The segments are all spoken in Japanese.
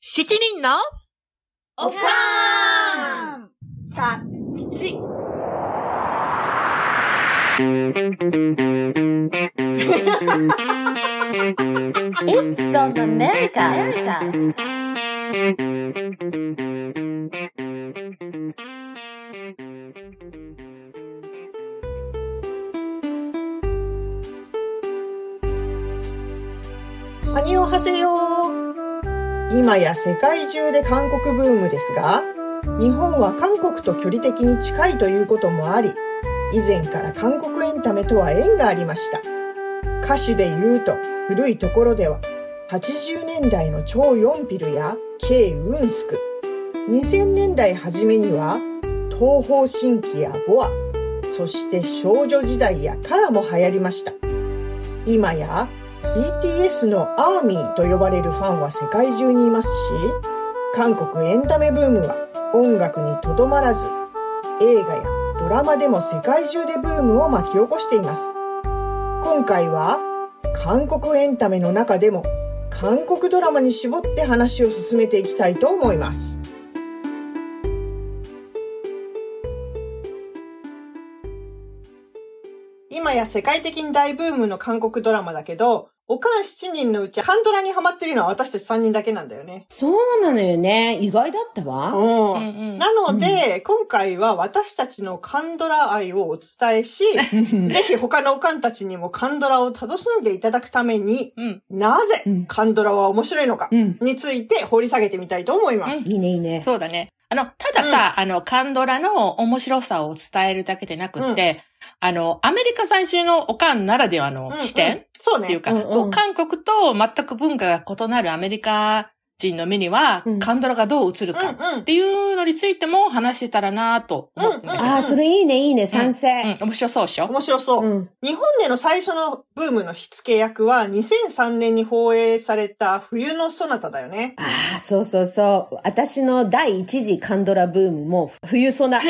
七人のおかーんタッチ。 It's from America. America. アニオハセヨ今や世界中で韓国ブームですが、日本は韓国と距離的に近いということもあり、以前から韓国エンタメとは縁がありました。歌手で言うと、古いところでは、80年代の超ヨンピルや K ウンスク、2000年代初めには、東方神起やボア、そして少女時代やカラも流行りました。今や BTS のアーミーと呼ばれるファンは世界中にいますし韓国エンタメブームは音楽にとどまらず映画やドラマでも世界中でブームを巻き起こしています今回は韓国エンタメの中でも韓国ドラマに絞って話を進めていきたいと思います今や世界的に大ブームの韓国ドラマだけど、おかん7人のうち、韓ドラにハマってるのは私たち3人だけなんだよね。そうなのよね。意外だったわ。ううんん。うん。なので、今回は私たちのカンドラ愛をお伝え し、ぜひ他のおかんたちにもカンドラを楽しんでいただくために、うんなぜうんカンドラは面白いのかうん。について掘り下げてみたいと思います。いいね、いいね。そうだね。あの、たださ、あの、カンドラの面白さを伝えるだけでなくって、あの、アメリカ在住のおかんならではうんのうん視点そうっていうね。か、うんうんこう韓国と全く文化が異なるアメリカ人の目には、うんカンドラがどう映るうんかっていうのについても話せたらなと思ってんだけどうんああ、それいいね、いいね、賛う成。ん、面白そうでしうん。ょ面白そうう。ん。日本での最初のブームの火付け役は2003年に放映された冬のソナタだ よね。ああ、そうそうそう。私の第一次カンドラブームも、冬ソナ。うん。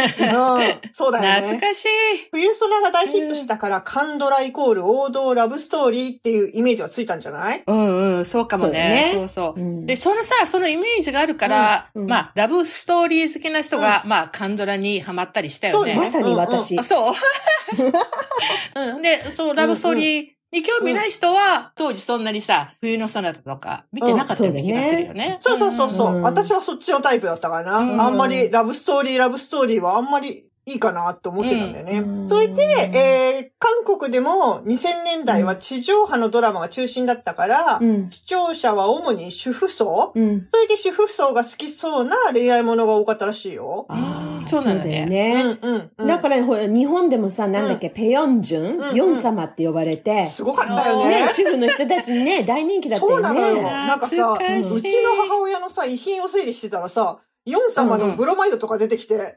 そうだよね。懐かしい。冬ソナが大ヒットしたから、カンドライコール王道ラブストーリーっていうイメージはついたんじゃないうんうん、そうかもね。そそうそうう。んで、そのさ、そのイメージがあるから、うんうんまあ、ラブストーリー好きな人が、まあ、カンドラにハマったりしたよね。まさに私あ、。そううん。 で、そう、ラブストーリーに興味ない人は、当時そんなにさ、冬のソナタとか見てなかったような気がするよね。そうそうそうそう、うん私はそっちのタイプだったからな、うんあんまりラブストーリー、ラブストーリーはあんまりいいかなって思ってたんだよね。うんそれで、えー、韓国でも2000年代は地上波のドラマが中心だったから、うん。視聴者は主に主婦層うん。それで主婦層が好きそうな恋愛ものが多かったらしいよ。ああ、そうなんだねようね。んうん、うん。だから、ほら日本でもさ、なんだっけ、ペヨンジュうンんヨン様って呼ばれて、すごかったよねね、。主婦の人たちにね、大人気だったそうなよのよ。ね。なんかさ、懐うかちしいの母親のさ、遺品を整理してたらさ、ヨン様のブロマイドとか出てきて、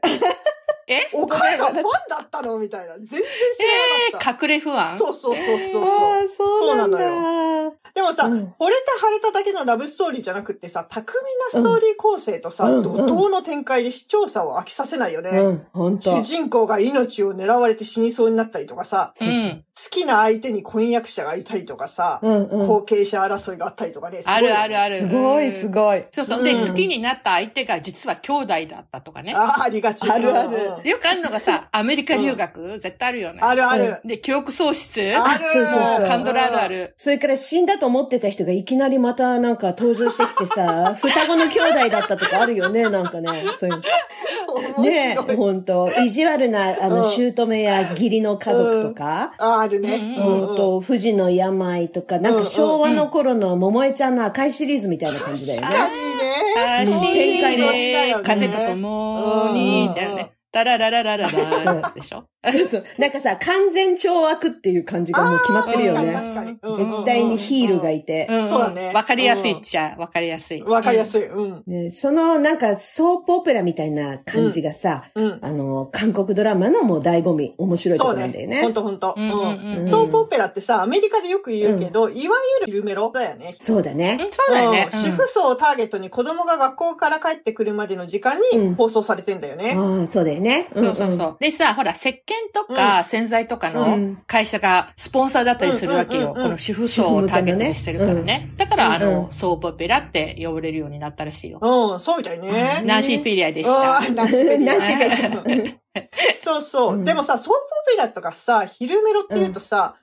えお母さんファンだったのみたいな。全然知えらなかった。ー、隠れ不安そうそうそうそうそう、ああ、そうなんだ。そうでもさ、うん惚れた晴れただけのラブストーリーじゃなくってさ、巧みなストーリー構成とさ、うん怒涛の展開で視聴者を飽きさせないよね。うん、ほんと。主人公が命を狙われて死にそうになったりとかさ、うそん。好きな相手に婚約者がいたりとかさ、うんうん。後継者争いがあったりとかね。すごいあよねるあるある。すごい、すごい。そうそう。で、うん好きになった相手が実は兄弟だったとかね。あーありがち。あるあるうんでよくあるのがさ、アメリカ留学、絶対あるよね。あるある。で、記憶喪失あるそうそうそうもうカンドラあるある。それから死んだと思ってた人がいきなりまたなんか登場してき てさ、双子の兄弟だったとかあるよね、なんかね。そういう。ね面白いほんと。意地悪な、あうの、ん姑や義理の家族とか。あーあるね。うんうんと、富士の病とか、なんか昭和の頃の桃江ちゃんの赤いシリーズみたいな感じだよね。確かにね。あーもうし展開のねね風と共に、だようんうんうんね。タララララララでしょそうそう。なんかさ、完全懲悪っていう感じがもう決まってるよね。確かに。確か絶対にヒールがいいて。うんんそうだねわかりやすいっちゃ、わかりやすい。わかりやい。すい。うん。ね、そのなんかソープオペラみたいな感じがさ、うん。あの、韓国ドラマのもう醍醐味、面白いとこそろうなんだよね。ね。ほんとほんと。うんうんうんう。うんんソープオペラってさ、アメリカでよく言うけど、いわゆるゆるメロだよね。そうだね。うんそうだよね。ううんん主婦層をターゲットに子供が学校から帰ってくるまでの時間うにん放送されてんだよね。ああ、そうだよね。。そうそうそうう。でさ、ほら、設計険とか洗剤とかの会社がスポンサーだったりするわけうんうよ。んうこんうんの主婦層をターゲットにしてるから主婦向ね。だから、あうんうのん、ソープベラって呼ばれるようになったらしいよ。うん、そうみたいうんね。ナンシーピリアでした。うんナンシーペ リアナンシーペリアうん そうそう。うんでもさ、ソープオペラとかさ、昼メロって言うとさ、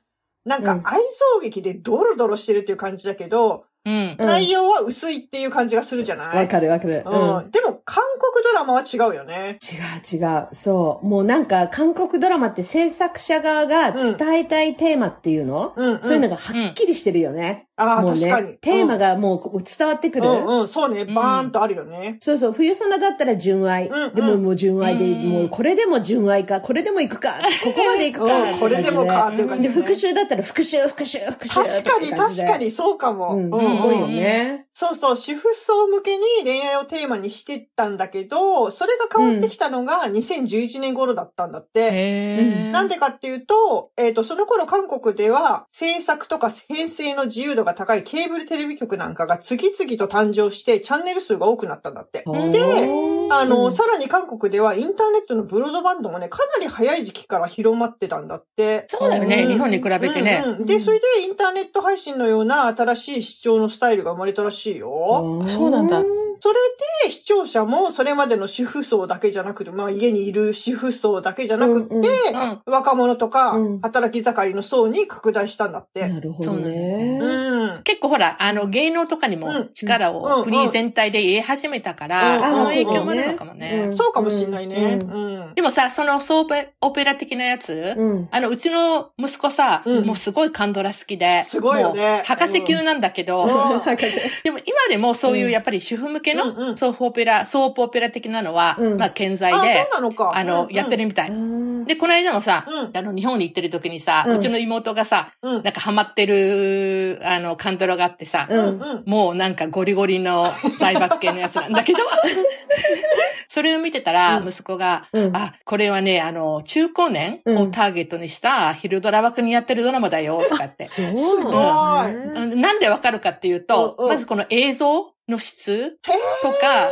なんうかん愛憎劇でドロドロしてるっていう感じだけど、うん。うん内容は薄いっていう感じがするじゃないわかるわかる。うん。うん。でも、韓国ドラマは違うよね。違う違う。そう。もうなんか、韓国ドラマって制作者側が伝えたいテーマっていうの、うん、うん。そういうのがはっきりしてるよね。ああ、もう確かに。ね、テーマががもうこう伝わってくる。うん、うん、そうね。バーンとあるよね。そうそう、冬ソナだったら純愛。うんうんでももう純愛で、うんもうこれでも純愛か、これでも行くか、ここまで行くか、うんこれでもかっていう感じで、ね復讐だったら復讐、復讐、復確讐かに、確か。に、そうかも。うん、うんすごいようんね。そうそう、主婦層向けに恋愛をテーマにしてたんだけど、それが変わってきたのが2011年頃だったんだって。へーなんでかっていうと、えっ、と、その頃韓国では制作とか編成の自由度が高いケーブルテレビ局なんかが次々と誕生してチャンネル数が多くなったんだって。うんでうんあの、うんさらに韓国ではインターネットのブロードバンドもね、かなり早い時期から広まってたんだって。そうだよね。うん日本に比べてねう。んうんで、それでインターネット配信のような新しい視聴のスタイルが生まれたらしいよ。そうなんだ。それで視聴者もそれまでの主婦層だけじゃなくて、まあ家にいる主婦層だけじゃなくって、うんうんうん。若者とかうん働き盛りの層に拡大したんだって。なるほどうね。ん。結構ほら、あの、芸能とかにうもん力うんを国全体で入れ始めたから、うんそのあ影響もあるのかもね。うんそうかもしんないね。ううん。でもさ、そのソープオペラ的なやつ、うん。あの、うちの息子さ、うんもうすごいカンドラ好きで。すごいよねもう博士級なんだけど、うんでも今でもそういううんやっぱり主婦向けうのんうんソープオペラ、ソープオペラ的なのは、うんまあ健あ、在そうで、なのか。あの、やってる。るみたい。う んで、この間もさ、うんあの、日本に行ってる時にさ、ううんちの妹がさ、うん。うんなんかハマってる、あの、カンドラがあってさ、うんうん。もうなんかゴリゴリの財閥系のやつなんだけど、 それを見てたらうん息子が、うんあ、これはね、あの、中高年をターゲットにした昼ドラ枠にやってるドラマだよ、とか って。そうすね。うんなんでわかるかっていうと、うんうんまずこの映像の質とか、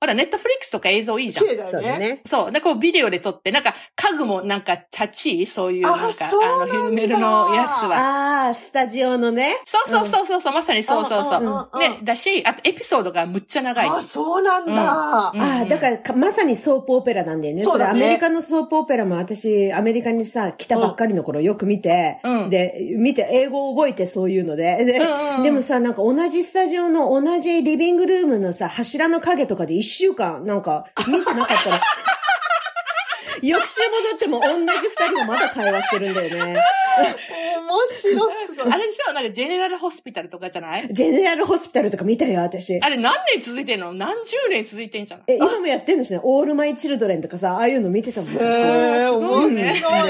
ほら、ネットフリックスとか映像いいじゃん綺。麗だそようだね。ね。そう。で、こうビデオで撮って、なんか家具もなんかチャチい、そういうあなんか、そうなんだの、フィルメルのやつは。ああ、スタジオのね。そうそうそうそうそう、まさにそうそうそう。んんんね、だし、あとエピソードがむっちゃ長い。あ、そうなんだ。うんああ、だからか、まさにソープオペラなんだよね。そそうれだアねメリカのソープオペラも私、アメリカにさ、来たばっかりの頃よく見て、うんで、見て、英語を覚えてそういうので。で,、うんうんうんでもさ、なんか同じスタジオの同じリビングルームのさ、柱の影とかで一週間、なんか、 見てなかったら。翌週戻っても同じ二人もまだ会話してるんだよ ね。面白すごい。あれでしょなんかジェネラルホスピタルとかじゃないジェネラルホスピタルとか見たよ、私。あれ何年続いてんの何十年続いてんじゃないえ、今もやってんですね。オールマイチルドレンとかさ、ああいうの見てたもん、私。へえ、すご面いね白い。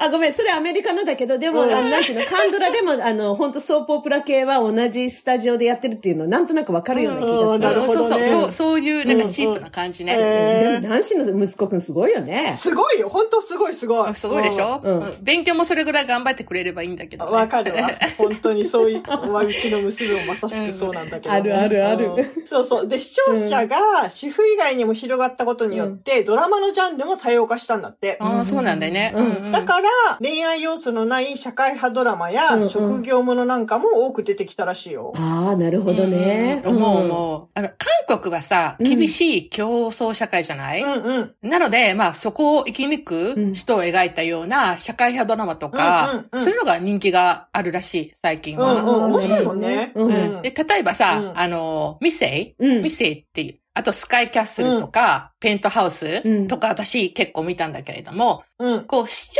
あ、ごめん、それアメリカのだけど、でも、うんあのなんていうの、カンドラでも、あの、本当ソープオプラ系は同じスタジオでやってるっていうの、なんとなくわかるような気うんながするる。ほどねうんそうそう、そう、そういうなんかチープな感じね。うんうんえでも、ナンシーの息子くんすごいよね。すごいよ。本当すごいすごあい。すごいでしょ、うんうん勉強もそれぐらい頑張ってくれればいいんだけうど、んね。わかるわ。本当にそういう、まあうちの娘もまさしくそうなんだけどね、うんあるあるあるうんそうそう。で、視聴者が主婦以外にも広がったことによって、ドラマのジャンルも多様化したんだって。ああ、そうなんだよね。ううんん、うん。だから、恋愛要素のない社会派ドラマやうんうん職業ものなんかも多く出てきたらしいよ。ああ、なるほどね。うん思うう。思う。あの、韓国はさ、うん厳しい競争社会じゃない、うんうん。なので、まあ、そこを生き抜うんく人を描いたような社会派ドラマとか、うんうんうんそういうのが人気があるらしい、最近うは。んうん。面白いもんね。うんうんで、例えばさ、うんあの、ミセイうんミ。セイっていう、あとスカイキャッスルとか、ペントハウスとか私結構見たんだけれども、うん。こう視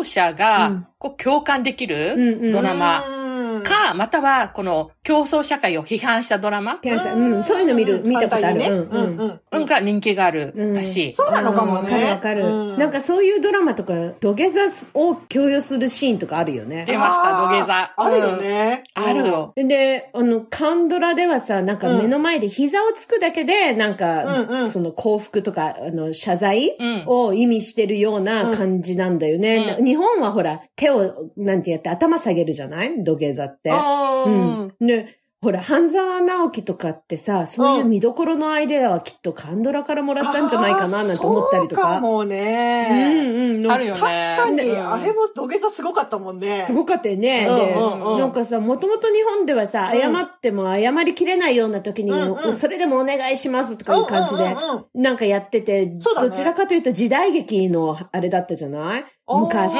聴者うんがこう共感できうるん、うん。ドラマうん、か、またはこの競争社会を批判したドラマキャンシャうん、そういうの見る、見たことあ反対にる。ねううん、うんん。うん。うんが人気があるらしい。そうなのかもわね。かるわかる、うんなんかそういうドラマとか、土下座を強要するシーンとかあるよね。出ましたあー土下座あるよね。あるよ。で、あの、カンドラではさ、なんかうん目の前で膝をつくだけで、なんか、うんうんその幸福とか、あの、謝罪うんを意味してるよううなん感じなんだよね。うんな日本はほら、手を、なんてやって頭下げるじゃない土下座って。あーうん。で、ほら、半沢直樹とかってさ、そういう見どころのアイデアはきっとカンドラからもらったんじゃないかななんて思ったりとあーそうか。かもうね。んうん。あるよね確かに、うんあれも土下座すごかったもんね。すごかったよね。うんで、うんうんなんかさ、もともと日本ではさ、うん謝っても謝りきれないような時に、うんうんそれでもお願いしますとかいう感じうんでう、んうんなんかやってて、そうだねどちらかというと時代劇のあれだったじゃない昔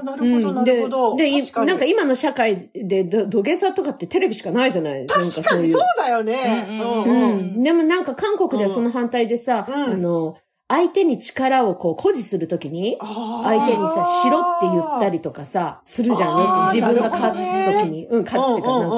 あーなるほど、なるほうど。んで、でい確かになんか今の社会でど土下座とかってテレビしかないじゃないなん確かにそうだよね。うんうんううんん。でもなんか韓国ではその反対でさ、うんあの、相手に力をこう誇示するときに、相相手にさ、しろって言ったりとかさ、するじゃあん。ー自分が勝つときに。うん、勝つっていうかなんうん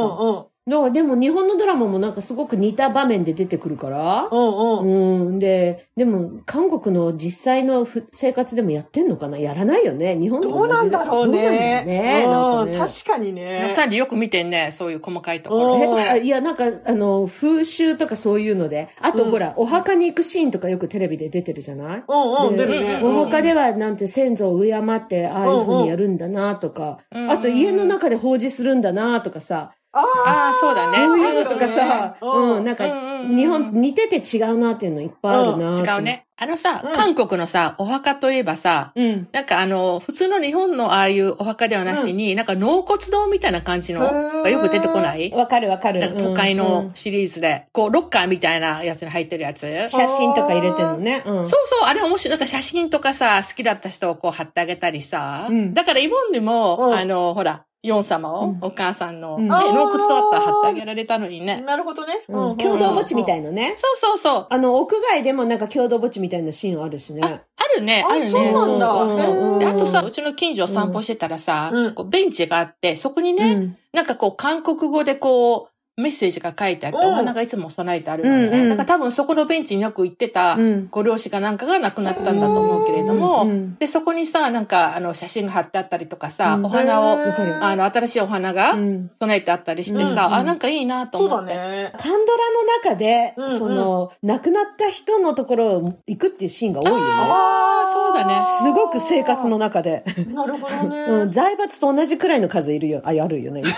か。だからでも日本のドラマもなんかすごく似た場面で出てくるから。うんうん。うん。で、でも韓国の実際のふ生活でもやってんのかなやらないよね。日本とどう同じなんだろうね。どうなんだろうね。うんなんかね確かにね二。人でよく見てんね、そういう細かいところ。うんえあいや、なんか、あの、風習とかそういうので、あと、うんほら、お墓に行くシーンとかよくテレビで出てるじゃない、うんうん、で出るね。うおん墓では、なんて先祖を敬って、ああいうふうにやるんだなとか、うんうんあと家の中で法事するんだなとかさ、あああ、そうだね。そういうのとかさ、うんうんうんうん、なんか、うんうん日本、似てて違うなっていうのいっぱいあるな、違う。ね。あのさ、うん韓国のさ、お墓といえばさ、うん。なんかあの、普通の日本のああいうお墓ではなしに、なんか納骨堂みたいな感じのへーがよく出てこないわかるわかる。なんか都会のシリーズで、こう、ロッカーみたいなやつに入ってるやつ。そう写真とか入れてるのね。うん。そう、あれ面白い。なんか写真とかさ、好きだった人をこう貼ってあげたりさ。うんだからイボンヌも、うんあの、ほら、ヨン様を、うんお母さんの、うんね、納骨堂あったら貼ってあげられたのにね。なるほどね。うん共同墓地みたいいなね。そうそうそう。あの、屋外でもなんか共同墓地みたいなシーンあるしね。あるね、ああるね。そうなんだそうそうへーであとさ、うちの近所を散歩してたらさ、うんこうベンチがあって、そこにね、うんなんかこう、韓国語でこう、メッセージが書いてあって、うんお花がいつも備えてあるのね。うんうんだから多分そこのベンチによく行ってた、うん。ご両親かなんかが亡くなったんだと思うけれども、うんうんで、そこにさ、なんか、あの、写真が貼ってあったりとかさ、うんお花を、わかるあの、新しいお花がうん備えてあったりしてさ、うんうんあ、なんかいいなとそう思だって。ね。カンドラの中で、うんうんその、亡くなった人のところを行くっていうシーンが多いよね。ああ、そうだねすごく生活の。中で。なるほどね。うん、財閥と同じくらいの数いるよ。あ、あるよね。だ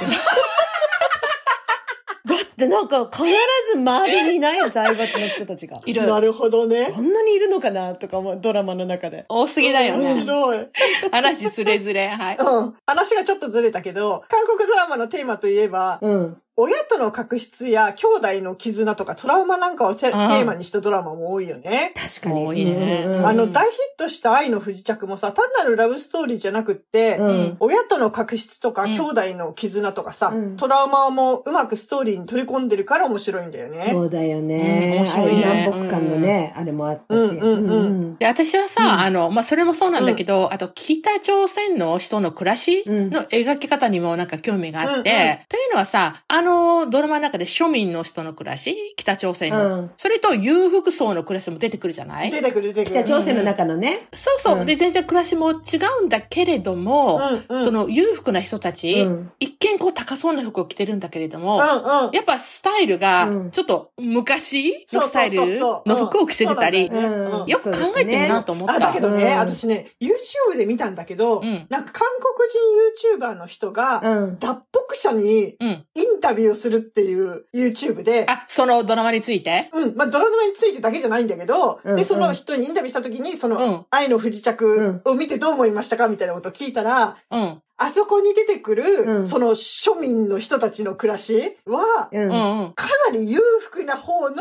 ってなんか必ず周りにいないよ、財閥の人たちが。いなる。るほどね。こんなにいるのかなとか思う、ドラマの中で。多すぎだよ面ね。白い。話すれずれ、はい。うん。話がちょっとずれたけど、韓国ドラマのテーマといえば、うん。親との確執や兄弟の絆とかトラウマなんかをテテーマにしたドラマも多いよね。確かに。多いねうんうんうんあの、大ヒットした愛の不時着もさ、単なるラブストーリーじゃなくって、うん。親との確執とか、うん兄弟の絆とかさ、うんトラウマもうまくストーリーに取り込んでるから面白いんだよね。そうだようんね。面白いねあれ南北間のね、あれもあったし。うんうんうんうん。で、私はさ、うんあの、まあ、それもそうなんだけど、あと、北朝鮮の人の暮らしうんの描き方にもなんか興味があって、うんうんというのはさ、あの、ドラマの中で庶民の人の暮らし、北朝鮮の。うんそれと裕福層の暮らしも出てくるじゃない出てくる出てく北る。朝鮮の中のね。そうそう。うんで、全然暮らしも違うんだけれども、うんうん。その裕福な人たち、うん一見こう高そうな服を着てるんだけれども、うんうん。やっぱスタイルがうん、ちょっと昔のそうスタそうイそうそうルの服を着せてたり、うんそうなんだよねうんよく考えてるなと思った。あ、だけどね、うん私ね、YouTube で見たんだけど、うんなんか韓国人 YouTuber の人が、うん。脱北者にうん。インタビューをするっていう YouTube で、あ、そのドラマについてうん、まあ、ドラマについてだけじゃないんだけど、うんで、その人にインタビューした時に、その、うん愛の不時着を見てどう思いましたかみたいなことを聞いたら、うん。あそこに出てくる、うんその庶民の人たちの暮らしは、ううんん。うん。かなり裕福な方の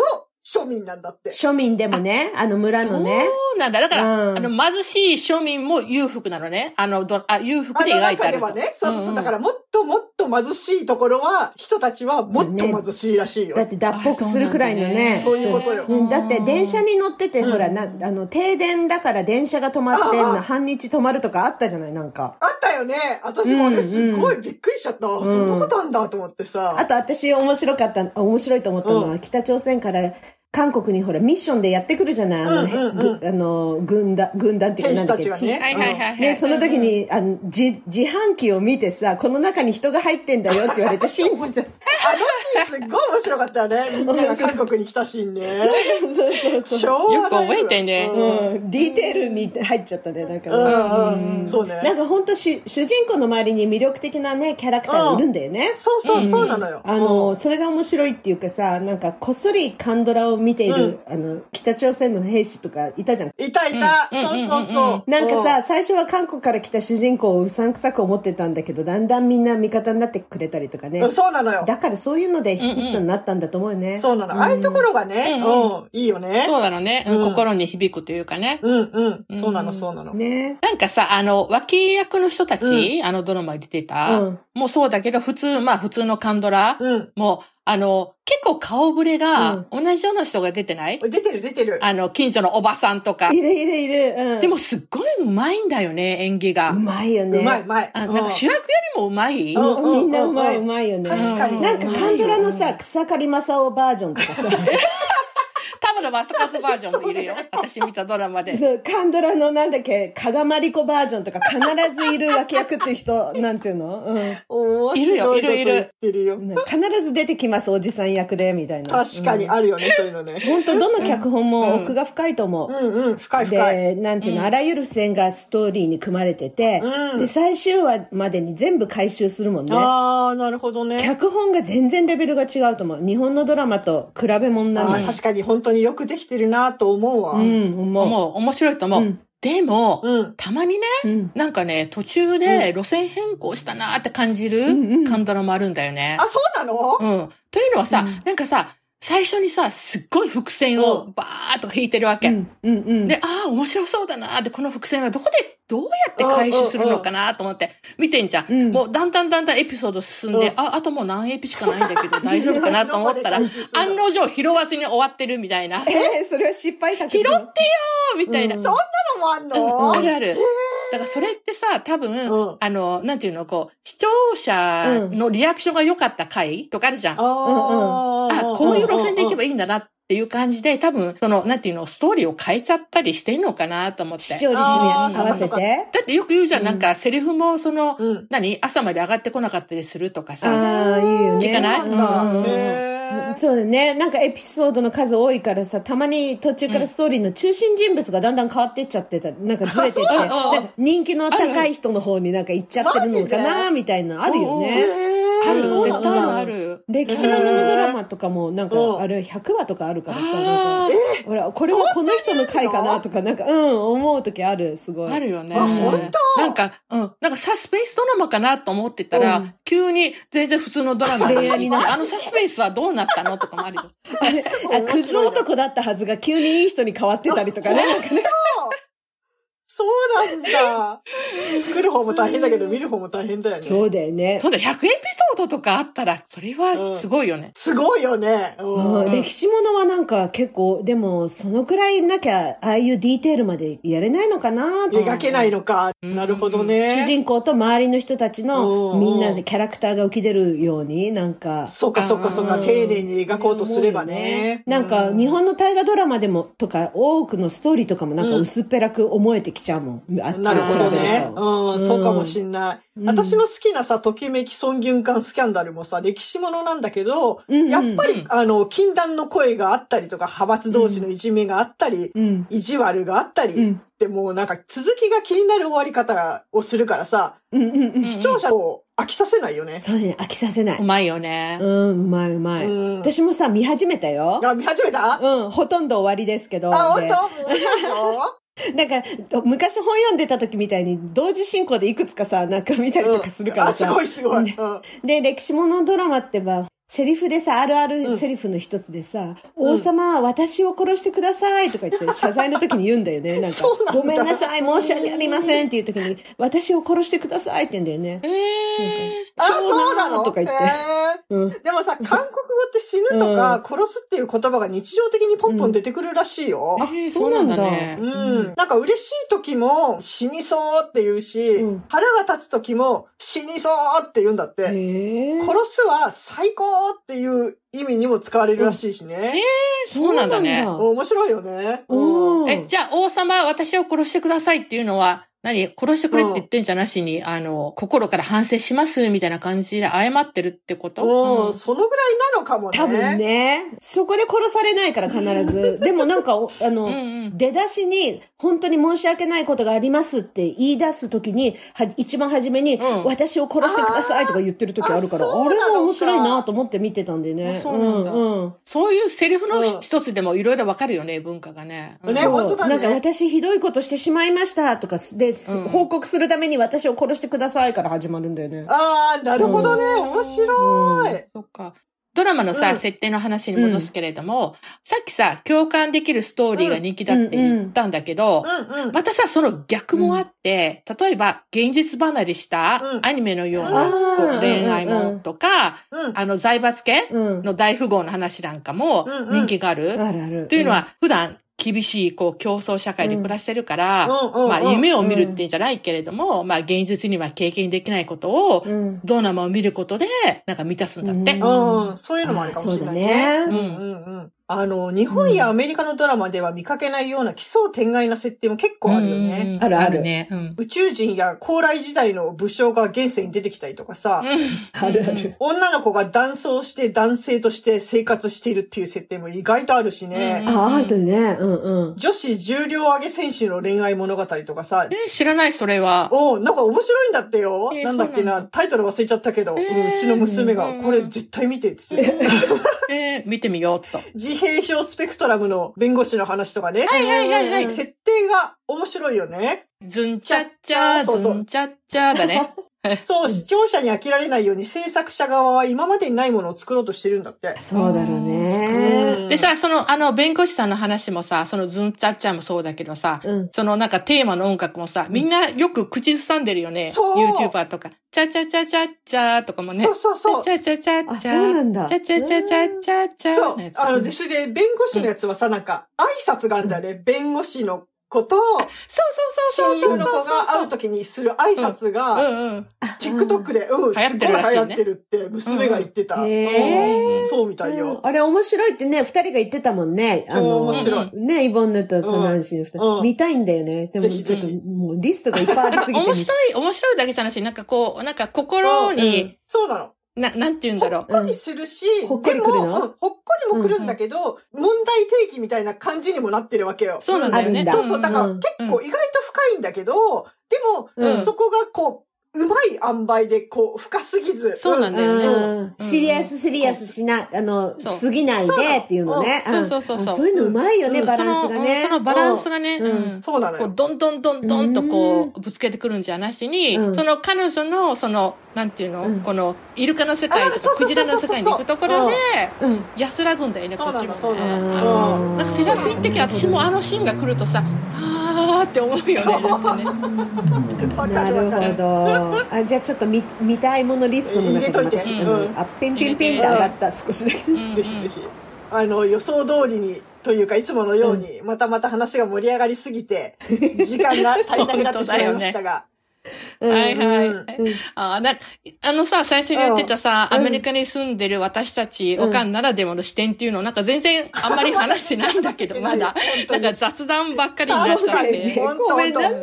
庶民なんだって。庶民でもね、あの村のね。そうなんだ。だから、うんあの、貧しい庶民も裕福なのね。あの、どあ裕福あでの描いて中あでると。はね、そうそうそう、んんだからもっともっと貧しいところは、人たちはもっと貧しいらしいよ。だって脱北するくらいのねあ。そういうことようんうんだって電車に乗ってて、うんほら、な、あの、停電だから電車が止まってんあの、あ半日止まるとかあったじゃない、なんか。あったよね。私もあうんうれんすごいびっくりしちゃった。あそんなことあんだと思ってさ。あと私面白かった、面白いと思ったのは、北朝鮮から韓国にほら、ミッションでやってくるじゃないあの、うんうんうんぐあの、軍団、軍団っていうか、なんだっけ、兵士たちがねはいはいはいはい。で、その時に、あの、自、自販機を見てさ、この中に人が入ってんだよって言われ て信じて。あのシーンすっごい面白かったよ ね。みんなが韓国に来たシーンね。そうそうそう。昭和だよく覚えてんねうんうん、ディテールに入っちゃったね、なんかうね。んうん。そうなんね。か本当主主人公の周りに魅力的なね、キャラクターがいるんだよね。そうそう、そうなのよ。あの、それが面白いっていうかさ、なんかこっそりカンドラを見ている、あの、北朝鮮の兵士とかいたじゃん。いたいた。うんそうんううそうんうんそう。なんかさ、最初は韓国から来た主人公をうさんくさく思ってたんだけど、だんだんみんな味方になってくれたりとかねうん、。そうなのよ。だからそういうのでヒットになったんだと思うよね。そうなの。ああいうところがね、うんうん、いいよね。そうなのね、うんうん心に響くというかね。うんう。うんんそうなの、そうなの。ね。なんかさ、あの、脇役の人たち、あのドラマに出てた、うんもうそうだけど、普通、まあ普通のカンドラ、うん。もう、あの、結構顔ぶれが、同じような人が出てない、出てる出てる。あの、近所のおばさんとか。いるいるいる。うんでも、すっごい上手いんだよね、演技が。うまいよね。うまい、うまい。あなんうんか主役よりも上手い、ううんうんみんなうまい、ううんまいよね。確かになんかカンドラのさ、草刈正雄バージョン とかさ、田村正和バージョンもいるよ。私見たドラマで。そう、カンドラのなんだっけ、加賀まりこバージョンとか必ずいる脇役ってい う人、なんていうのう面白いこと言ってるよ。ん。必ず出てきます、おじさん役で、みたいな。確かにあるよね、そういうのね。本当どの脚本もうん奥が深いと思う。うんうん、深い深い。で、なんていうの、あらゆる線がストーリーに組まれてて、うんで、最終話までに全部回収するもんね。ああ、なるほどね。脚本が全然レベルが違うと思う。日本のドラマと比べ物なあのーに。確かに本当によくできてるなと思うわ。ううん。ん、思う。もう面白いと思う。うんでも、うん。たまにね、うん。なんかね、途中で路線変更したなーって感じうんうんるカンドラもあるんだよねあ、。そうなのうん。というのはさ、うんなんかさ、最初にさ、すっごい伏線をバーっと引いてるわけ。うん、うん、うん。で、ああ、面白そうだなーって、この伏線はどこで、どうやって回収するのかなーと思って見てんじゃん。うんもうだんだんだんだんエピソード進んで、うん、あ、あともう何エピしかないんだけど大丈夫かなと思ったら どこで回収するの案の定拾わずに終わってるみた いな。あえーそれは失敗作拾ってよーみたいな。うんそんなのもあんのあるある。だからそれってさ、多分、うんあの、なんていうの、こう、視聴者のリアクションが良かった回とかあるじゃん。あ、あーこういう路線で行けばいい。いいんだなっていう感じで、多分、その、なんていうの、ストーリーを変えちゃったりしてんのかなと思って。視だ聴率に合わせて。ってよく言うじゃん、うんなんか、セリフも、その、うん。何朝まで上がってこなかったりするとかあさ。あー、いいよね。聞かないそうううんんんだ。へえ。そうだね。なんかエピソードの数多いからさ、たまに途中からストーリーの中心人物がだんだん変わってっちゃってた。なんかずれてって、あそうなんか人気の高い人の方になんか行っちゃってるのかマジな、みたいな、あるよへね。ーある、そうな絶対んあるだ。ある。歴史もののドラマとかも、なんかう、んあれ100話とかあるからさ、なんあか、ほら、これはこの人の回かなとか、なんか、うん、思う時ある、すごい。あるよね。あ本なんか、うん。なんかサスペンスドラマかなと思ってたら、うん急に全然普通のドラマ恋愛になっあのサスペンスはどうなったのとかもあるよ。あれ、あクズ男だったはずが急にいい人に変わってたりとかね、なんかね。そうなんだ。作る方も大変だけど、見る方も大変だよね。そうだよね。そうだ、100エピソードとかあったら、それはすごいよね。すごいよね。あうーん。歴史ものはなんか結構、でも、そのくらいなきゃ、ああいうディテールまでやれないのかなと。描けないのか。うんなるほどね。主人公と周りの人たちうのんみんなでキャラクターが浮き出るように、なんか。そうかそうかそうか、うん丁寧に描こうとすればね。なんか、日うん本の大河ドラマでも、とか、多くのストーリーとかもなんか薄っぺらく思えてきちゃうもん。あっちのなるほどね比。べるとうん、そうかもしんない。うん私の好きなさ、ときめきソンギュンカンスキャンダルもさ、歴史ものなんだけど、うんうんやっぱりう、んあの、禁断の声があったりとか、派閥同士のいじめがあったり、うん。意地悪があったり、うん。でもうなんか続きが気になる終わり方をするからさ、うんうんうん。視聴者を飽きさせないよね。そうね、飽きさせなうい。まいよねう。ん、うまいうまい。うん私もさ、見始めたよ。あ、見始めた、うん、ほとんど終わりですけど。あ、ほんでともういいよなんか、昔本読んでた時みたいに、同時進行でいくつかさ、なんか見たりとかするからあ、すさ。ごいすごい。ねうんで、歴史ものドラマってば、セリフでさ、あるあるセリフの一つでさ、王様、私を殺してくださいとか言って、謝罪の時に言うんだよね。な んかそうなんだごめんなさい、申し訳ありませんっていう時に、私を殺してくださいって言うんだよねえ。えあ、そうなのとか言って。へーうん。でもさ、韓国語って死ぬとか、殺すっていう言葉が日常的にポンポン出てくるらしいよ。ええそうなんだうね。ん。なんか嬉しい時も死にそうって言うし、うん腹が立つ時も死にそうって言うんだって。へえ。殺すは最高っていう意味にも使われるらしいしね。そうなんだね。そうなんだ面白いよね。うん。え、じゃあ王様は私を殺してくださいっていうのは、何殺してくれって言ってんじゃなしに、あの、心から反省しますみたいな感じで謝ってるってことうんううんん、そのぐらいなのかもね。多分。ね。そこで殺されないから必ず。でもなんか、おあの、うんうん。出だしに、本当に申し訳ないことがありますって言い出すときに、は一番初めに、うん私を殺してくださいとか言ってるときあるかあら、ーああそうれなのかも面白いなと思って見てたんでね。あそうなんだうん。そういうセリフのうん一つでもいろいろわかるよね、文化がね。うんねそう本当だねなんか私ひどいことしてしまいましたとか、で、すうん報告するために私を殺してくださいから始まるんだよね。ああ、なるほどね。面白い。そっか。ドラマのさ、うん設定の話に戻すけれども、さっきさ、共感できるストーリーが人気だって言ったんだけど、うんうん。またさ、その逆もあって、例えば、現実離れしたうんアニメのようあなーこう恋愛ものとか、うん。あの、財閥系うん。の大富豪の話なんかもうんうん人気がある。あるある。というのは、普段厳しいこう競争社会で暮らしてるから、うんうんまうんあ、夢を見るっていうんじゃないけれども、まあ、現実には経験できないことを、うん、うん。ドラマを見ることで、なんか満たすんだって。ううんんうん、そういうのもあるかもしれないあね。そうだねうんうんうん。あの、日本やアメリカのドラマでは見かけないような奇想天外な設定も結構あるようんうんね。うんあるあるね。うん。宇宙人や高麗時代の武将が現世に出てきたりとかさ、あるある。女の子が男装して男性として生活しているっていう設定も意外とあるしね。うんあ、あるね。うんうん。女子重量上げ選手の恋愛物語とかさ、え、知らない、それは。おうなんか面白いんだってよ。えーなんだっけそうなな、んだタイトル忘れちゃったけど、えーうんうちの娘がうん、これ絶対見てっつって。 えー見てみようっと。自閉症スペクトラムの弁護士の話とかね。はいはいはいはい。設定が面白いよね。ズンチャッチャー、そうそズうンチャッチャーだ ね。そう、視聴者に飽きられないように制作者側は今までにないものを作ろうとしてるんだって。そうだろううね。んで、さ、その、あの、弁護士さんの話もさ、そのズンチャッチャーもそうだけどさ、うん。そのなんかテーマの音楽もさ、みんなよく口ずさんでるよね。そう YouTuber とか。チャチャチャチャチャとかもね。そうそうそう。チャチャチャあ、チそャ。うなんだ。チャチャチャチャチャチャそうのや。つあの、でそれで、弁護士のやつはさ、なんか、挨拶があるんだよね。弁護士の子と、そうそうそう親そ友うそうのそう子が会うと。時にする挨拶うが、んうん。 TikTok で、うん、流行っすごているらしいね流行ってるって、娘が言ってた。うんへーうんそうみたいうんよ。あれ面白いってね、二人が言ってたもんね。あそうの面、白い。ね、イボンヌとその話うんの二う人。ん見たいんだよね。でもぜひぜちょっひと、もうリストがいっぱいありなんかすぎて。面白い、面白いだけじゃなし、なんかこう、なんか心うにん、そうなの。な、なんて言うんだろう。ほっこりするし、んほっこりくるのでもうんほっこりもくるんだけど、問題提起みたいな感じにもなってるわけよ。そうなんだよあるんね。だそうそう。だからうん結構意外と深いんだけど、でも、うんそこがこう、うまい塩梅でこう、深すぎず。そうなんだよねうんうんシリアスシリアスしな、あの、そうすぎないでっていうのね。うんんそうそうそうそうあそういうのうまいよね、うんバランスその、がね。うんそのバランスがね、うんうん。そうなのこうよ。どんどんどんどんとこう、ぶつけてくるんじゃなしに、うんその彼女の、その、なんていうの、うんこの、イルカの世界とあそか、うそクうそうそうジラの世界に行くところで、うん。安らぐんだよね、こっちも、ね。そうなのあそうなののうなんかセラピー的に私もあのシーンが来るとさ、あーって思うよね。なんかねわかなるわるかる。ほ ど。あ、じゃあちょっと見、見たいものリストの中でまれ入た。といてうんうんあ、ピンピンピンって上がった、少しだけ。うんぜひぜひ。あの、予想通りに、というか、いつものように、またまた話が盛り上がりすぎて、時間が足りなくなってしまいました が。うんはいはい。うんうんあなんかあのさ、最初に言ってたさ、うアんメリカに住んでる私たち、うんおかんならでもの視点っていうのを、なんか全然あんまり話してないんだけど、まだ。なんか雑談ばっかりになっちゃっそうだよねて。ごめんなさいい。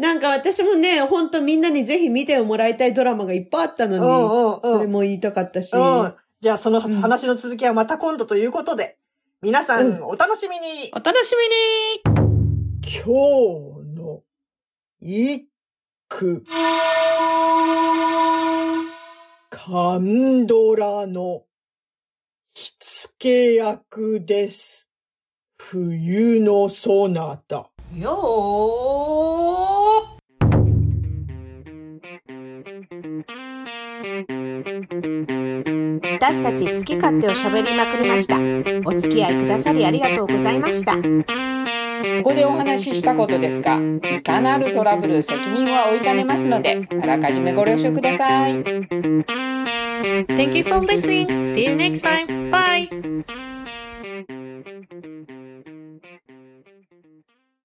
なんか私もね、本当みんなにぜひ見てもらいたいドラマがいっぱいあったうんうのに、んうんそれも言いたかったし。うん。じゃあ、そのん話の続きはまた今度ということで、皆さうんんお楽しみに、お楽しみに今日の一句。カンドラの火付け役です。冬のそなた。よ私たち好き勝手を喋りまくりましたお付き合いくださりありがとうございましたここでお話ししたことですが、いかなるトラブル責任は負いかねますので、あらかじめご了承ください。ー !Thank you for listening. See you next time. Bye!